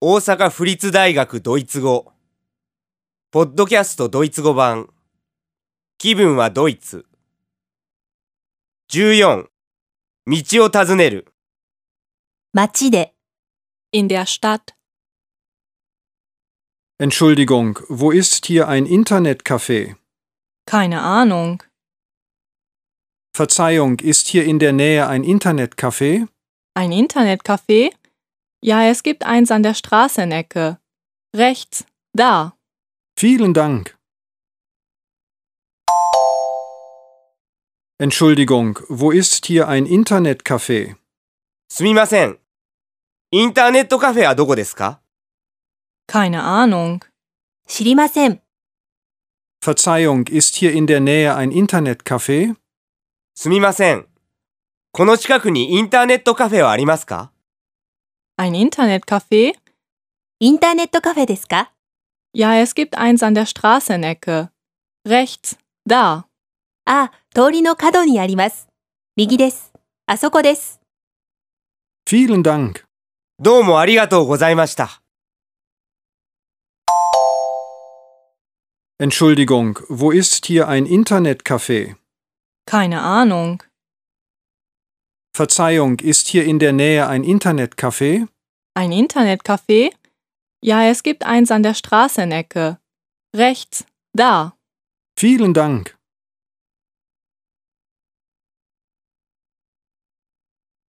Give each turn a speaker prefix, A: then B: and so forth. A: 大阪府立大学ドイツ語ポッドキャストドイツ語版気分はドイツ14道を尋ねる
B: 街で、
C: In der Stadt.
D: Entschuldigung, wo ist hier ein Internetcafé?
C: Keine Ahnung.
D: Verzeihung, ist hier in der Nähe ein Internetcafé?
C: Ein Internetcafé? Ja, es gibt eins an der Straßenecke. Rechts, da.
D: Vielen Dank. Entschuldigung, wo ist hier ein Internetcafé?
A: すみませんインターネットカフェはどこですか
C: Keine Ahnung.
B: 知りません。
D: Verzeihung, ist hier in der Nähe ein Internetcafé?
A: すみませんこの近くにインターネットカフェはありますか
C: Ein Internetcafé?
B: インターネットカフェですか
C: Ja, es gibt eins an der Straßenecke. Rechts, da.
B: あ、通りの角にあります。右です。あそこです。
D: Vielen Dank.
A: どうもありがとうございました。
D: Entschuldigung, wo ist hier ein Internetcafé?
C: Keine Ahnung.
D: Verzeihung, ist hier in der Nähe ein Internetcafé?
C: Ein Internetcafé? Ja, es gibt eins an der Straßenecke. Rechts, da.
D: Vielen Dank.